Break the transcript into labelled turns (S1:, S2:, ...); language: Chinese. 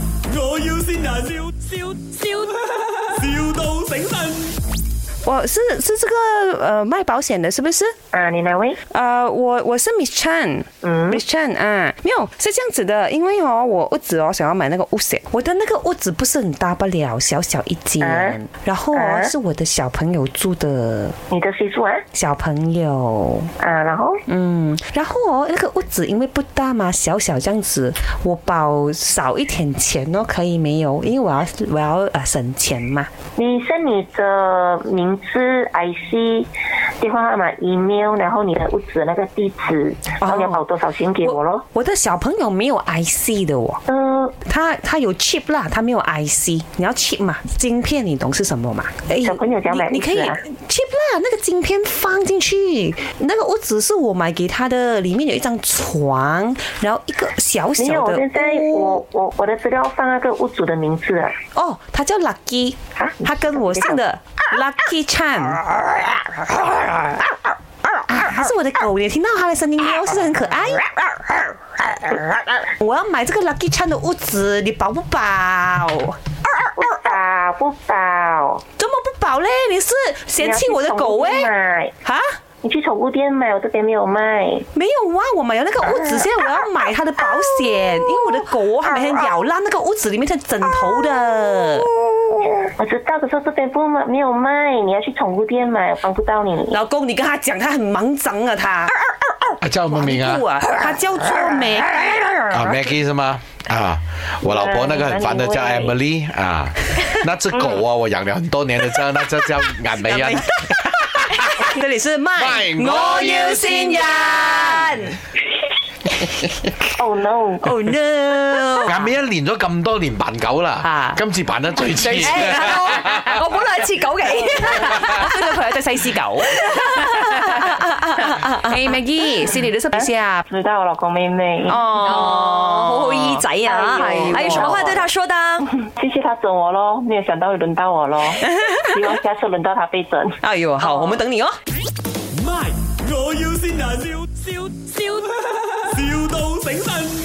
S1: 要先人，笑笑笑，, 笑到醒神。
S2: 我是是这个呃卖保险的，是不是？
S3: 啊，你哪位？
S2: 呃，我我是 Miss Chan，
S3: 嗯
S2: m i s s Chan 啊，没有是这样子的，因为哦，我屋子哦想要买那个屋险，我的那个屋子不是很大不了，小小一间，
S3: 啊
S2: 然后哦
S3: 啊
S2: 是我的小朋友住的，
S3: 你的谁住啊？
S2: 小朋友，
S3: 啊，然后
S2: 嗯，然后哦那个屋子因为不大嘛，小小这样子，我保少一点钱哦，可以没有？因为我要我要呃省钱嘛，
S3: 你 send 你的名字、IC、电话号码、email，然后你的屋子那个地址，然后你要保多少钱给我咯？
S2: 我的小朋友没有 IC 的哦。
S3: 呃，
S2: 它它有 chip 啦，它没有 IC。你要 chip 嘛？晶片你懂是什么嘛？哎
S3: 小朋友讲买
S2: 你你可以
S3: 屋子啊
S2: chip 啦，那个晶片放进去。那个屋子是我买给他的，里面有一张床，然后一个小
S3: 没有，
S2: 小
S3: 我
S2: 的
S3: 现在
S2: 屋。
S3: 我我我的资料放那个屋主的名字啊。
S2: 哦，他叫 Lucky，
S3: 啊
S2: 他跟我姓的 Lucky Chan。啊，它是我的狗，你有听到它的声音喵，是不是很可爱？
S3: 啊
S2: 我要买这个 Lucky Chan 的屋子，你保不保？
S3: 不保不保，
S2: 怎么不保嘞？你是嫌弃我的狗
S3: 你要去宠物店
S2: 哎？
S3: 买，
S2: 啊，
S3: 你去宠物店买，我这边没有卖。
S2: 没有啊，我买了那个屋子，现在我要买它的保险，因为我的狗哦它每天咬烂那个屋子里面的枕头的。
S3: 我知道，可是这边不卖，没有卖，你要去宠物店买，我帮不到你。
S2: 老公，你跟他讲，他很忙张啊，他
S4: 啊叫什么名啊
S2: 不？啊，他叫做 美，
S4: 啊，Maggie 是吗？啊，我老婆那个很烦的叫
S3: 哪里
S4: Emily 啊， 那只狗啊，我养了很多年的，叫那只叫 眼眉啊
S2: 眼眉。这里是卖，
S4: 麦我要
S2: 新人。
S3: Oh no！
S2: Oh no！
S4: 眼眉一練咗咁多年扮狗啦
S2: 啊，
S4: 今次扮得最似。
S2: 哎
S5: 诶，
S4: 哎
S5: 我我本來係似狗嘅，我知道佢係隻西施狗。誒，Maggie，先嚟到識唔識啊？
S3: 知道我老公妹妹，
S5: 哦，好好姨仔啊！
S3: 哎呦
S5: 还有什么话对他说的？
S3: 谢谢他整我咯，没有想到会轮到我咯，希望下次轮到他被整。
S2: 哎呦，好，我们等你哦。
S1: 卖，我要先人，笑笑笑，,笑到醒神。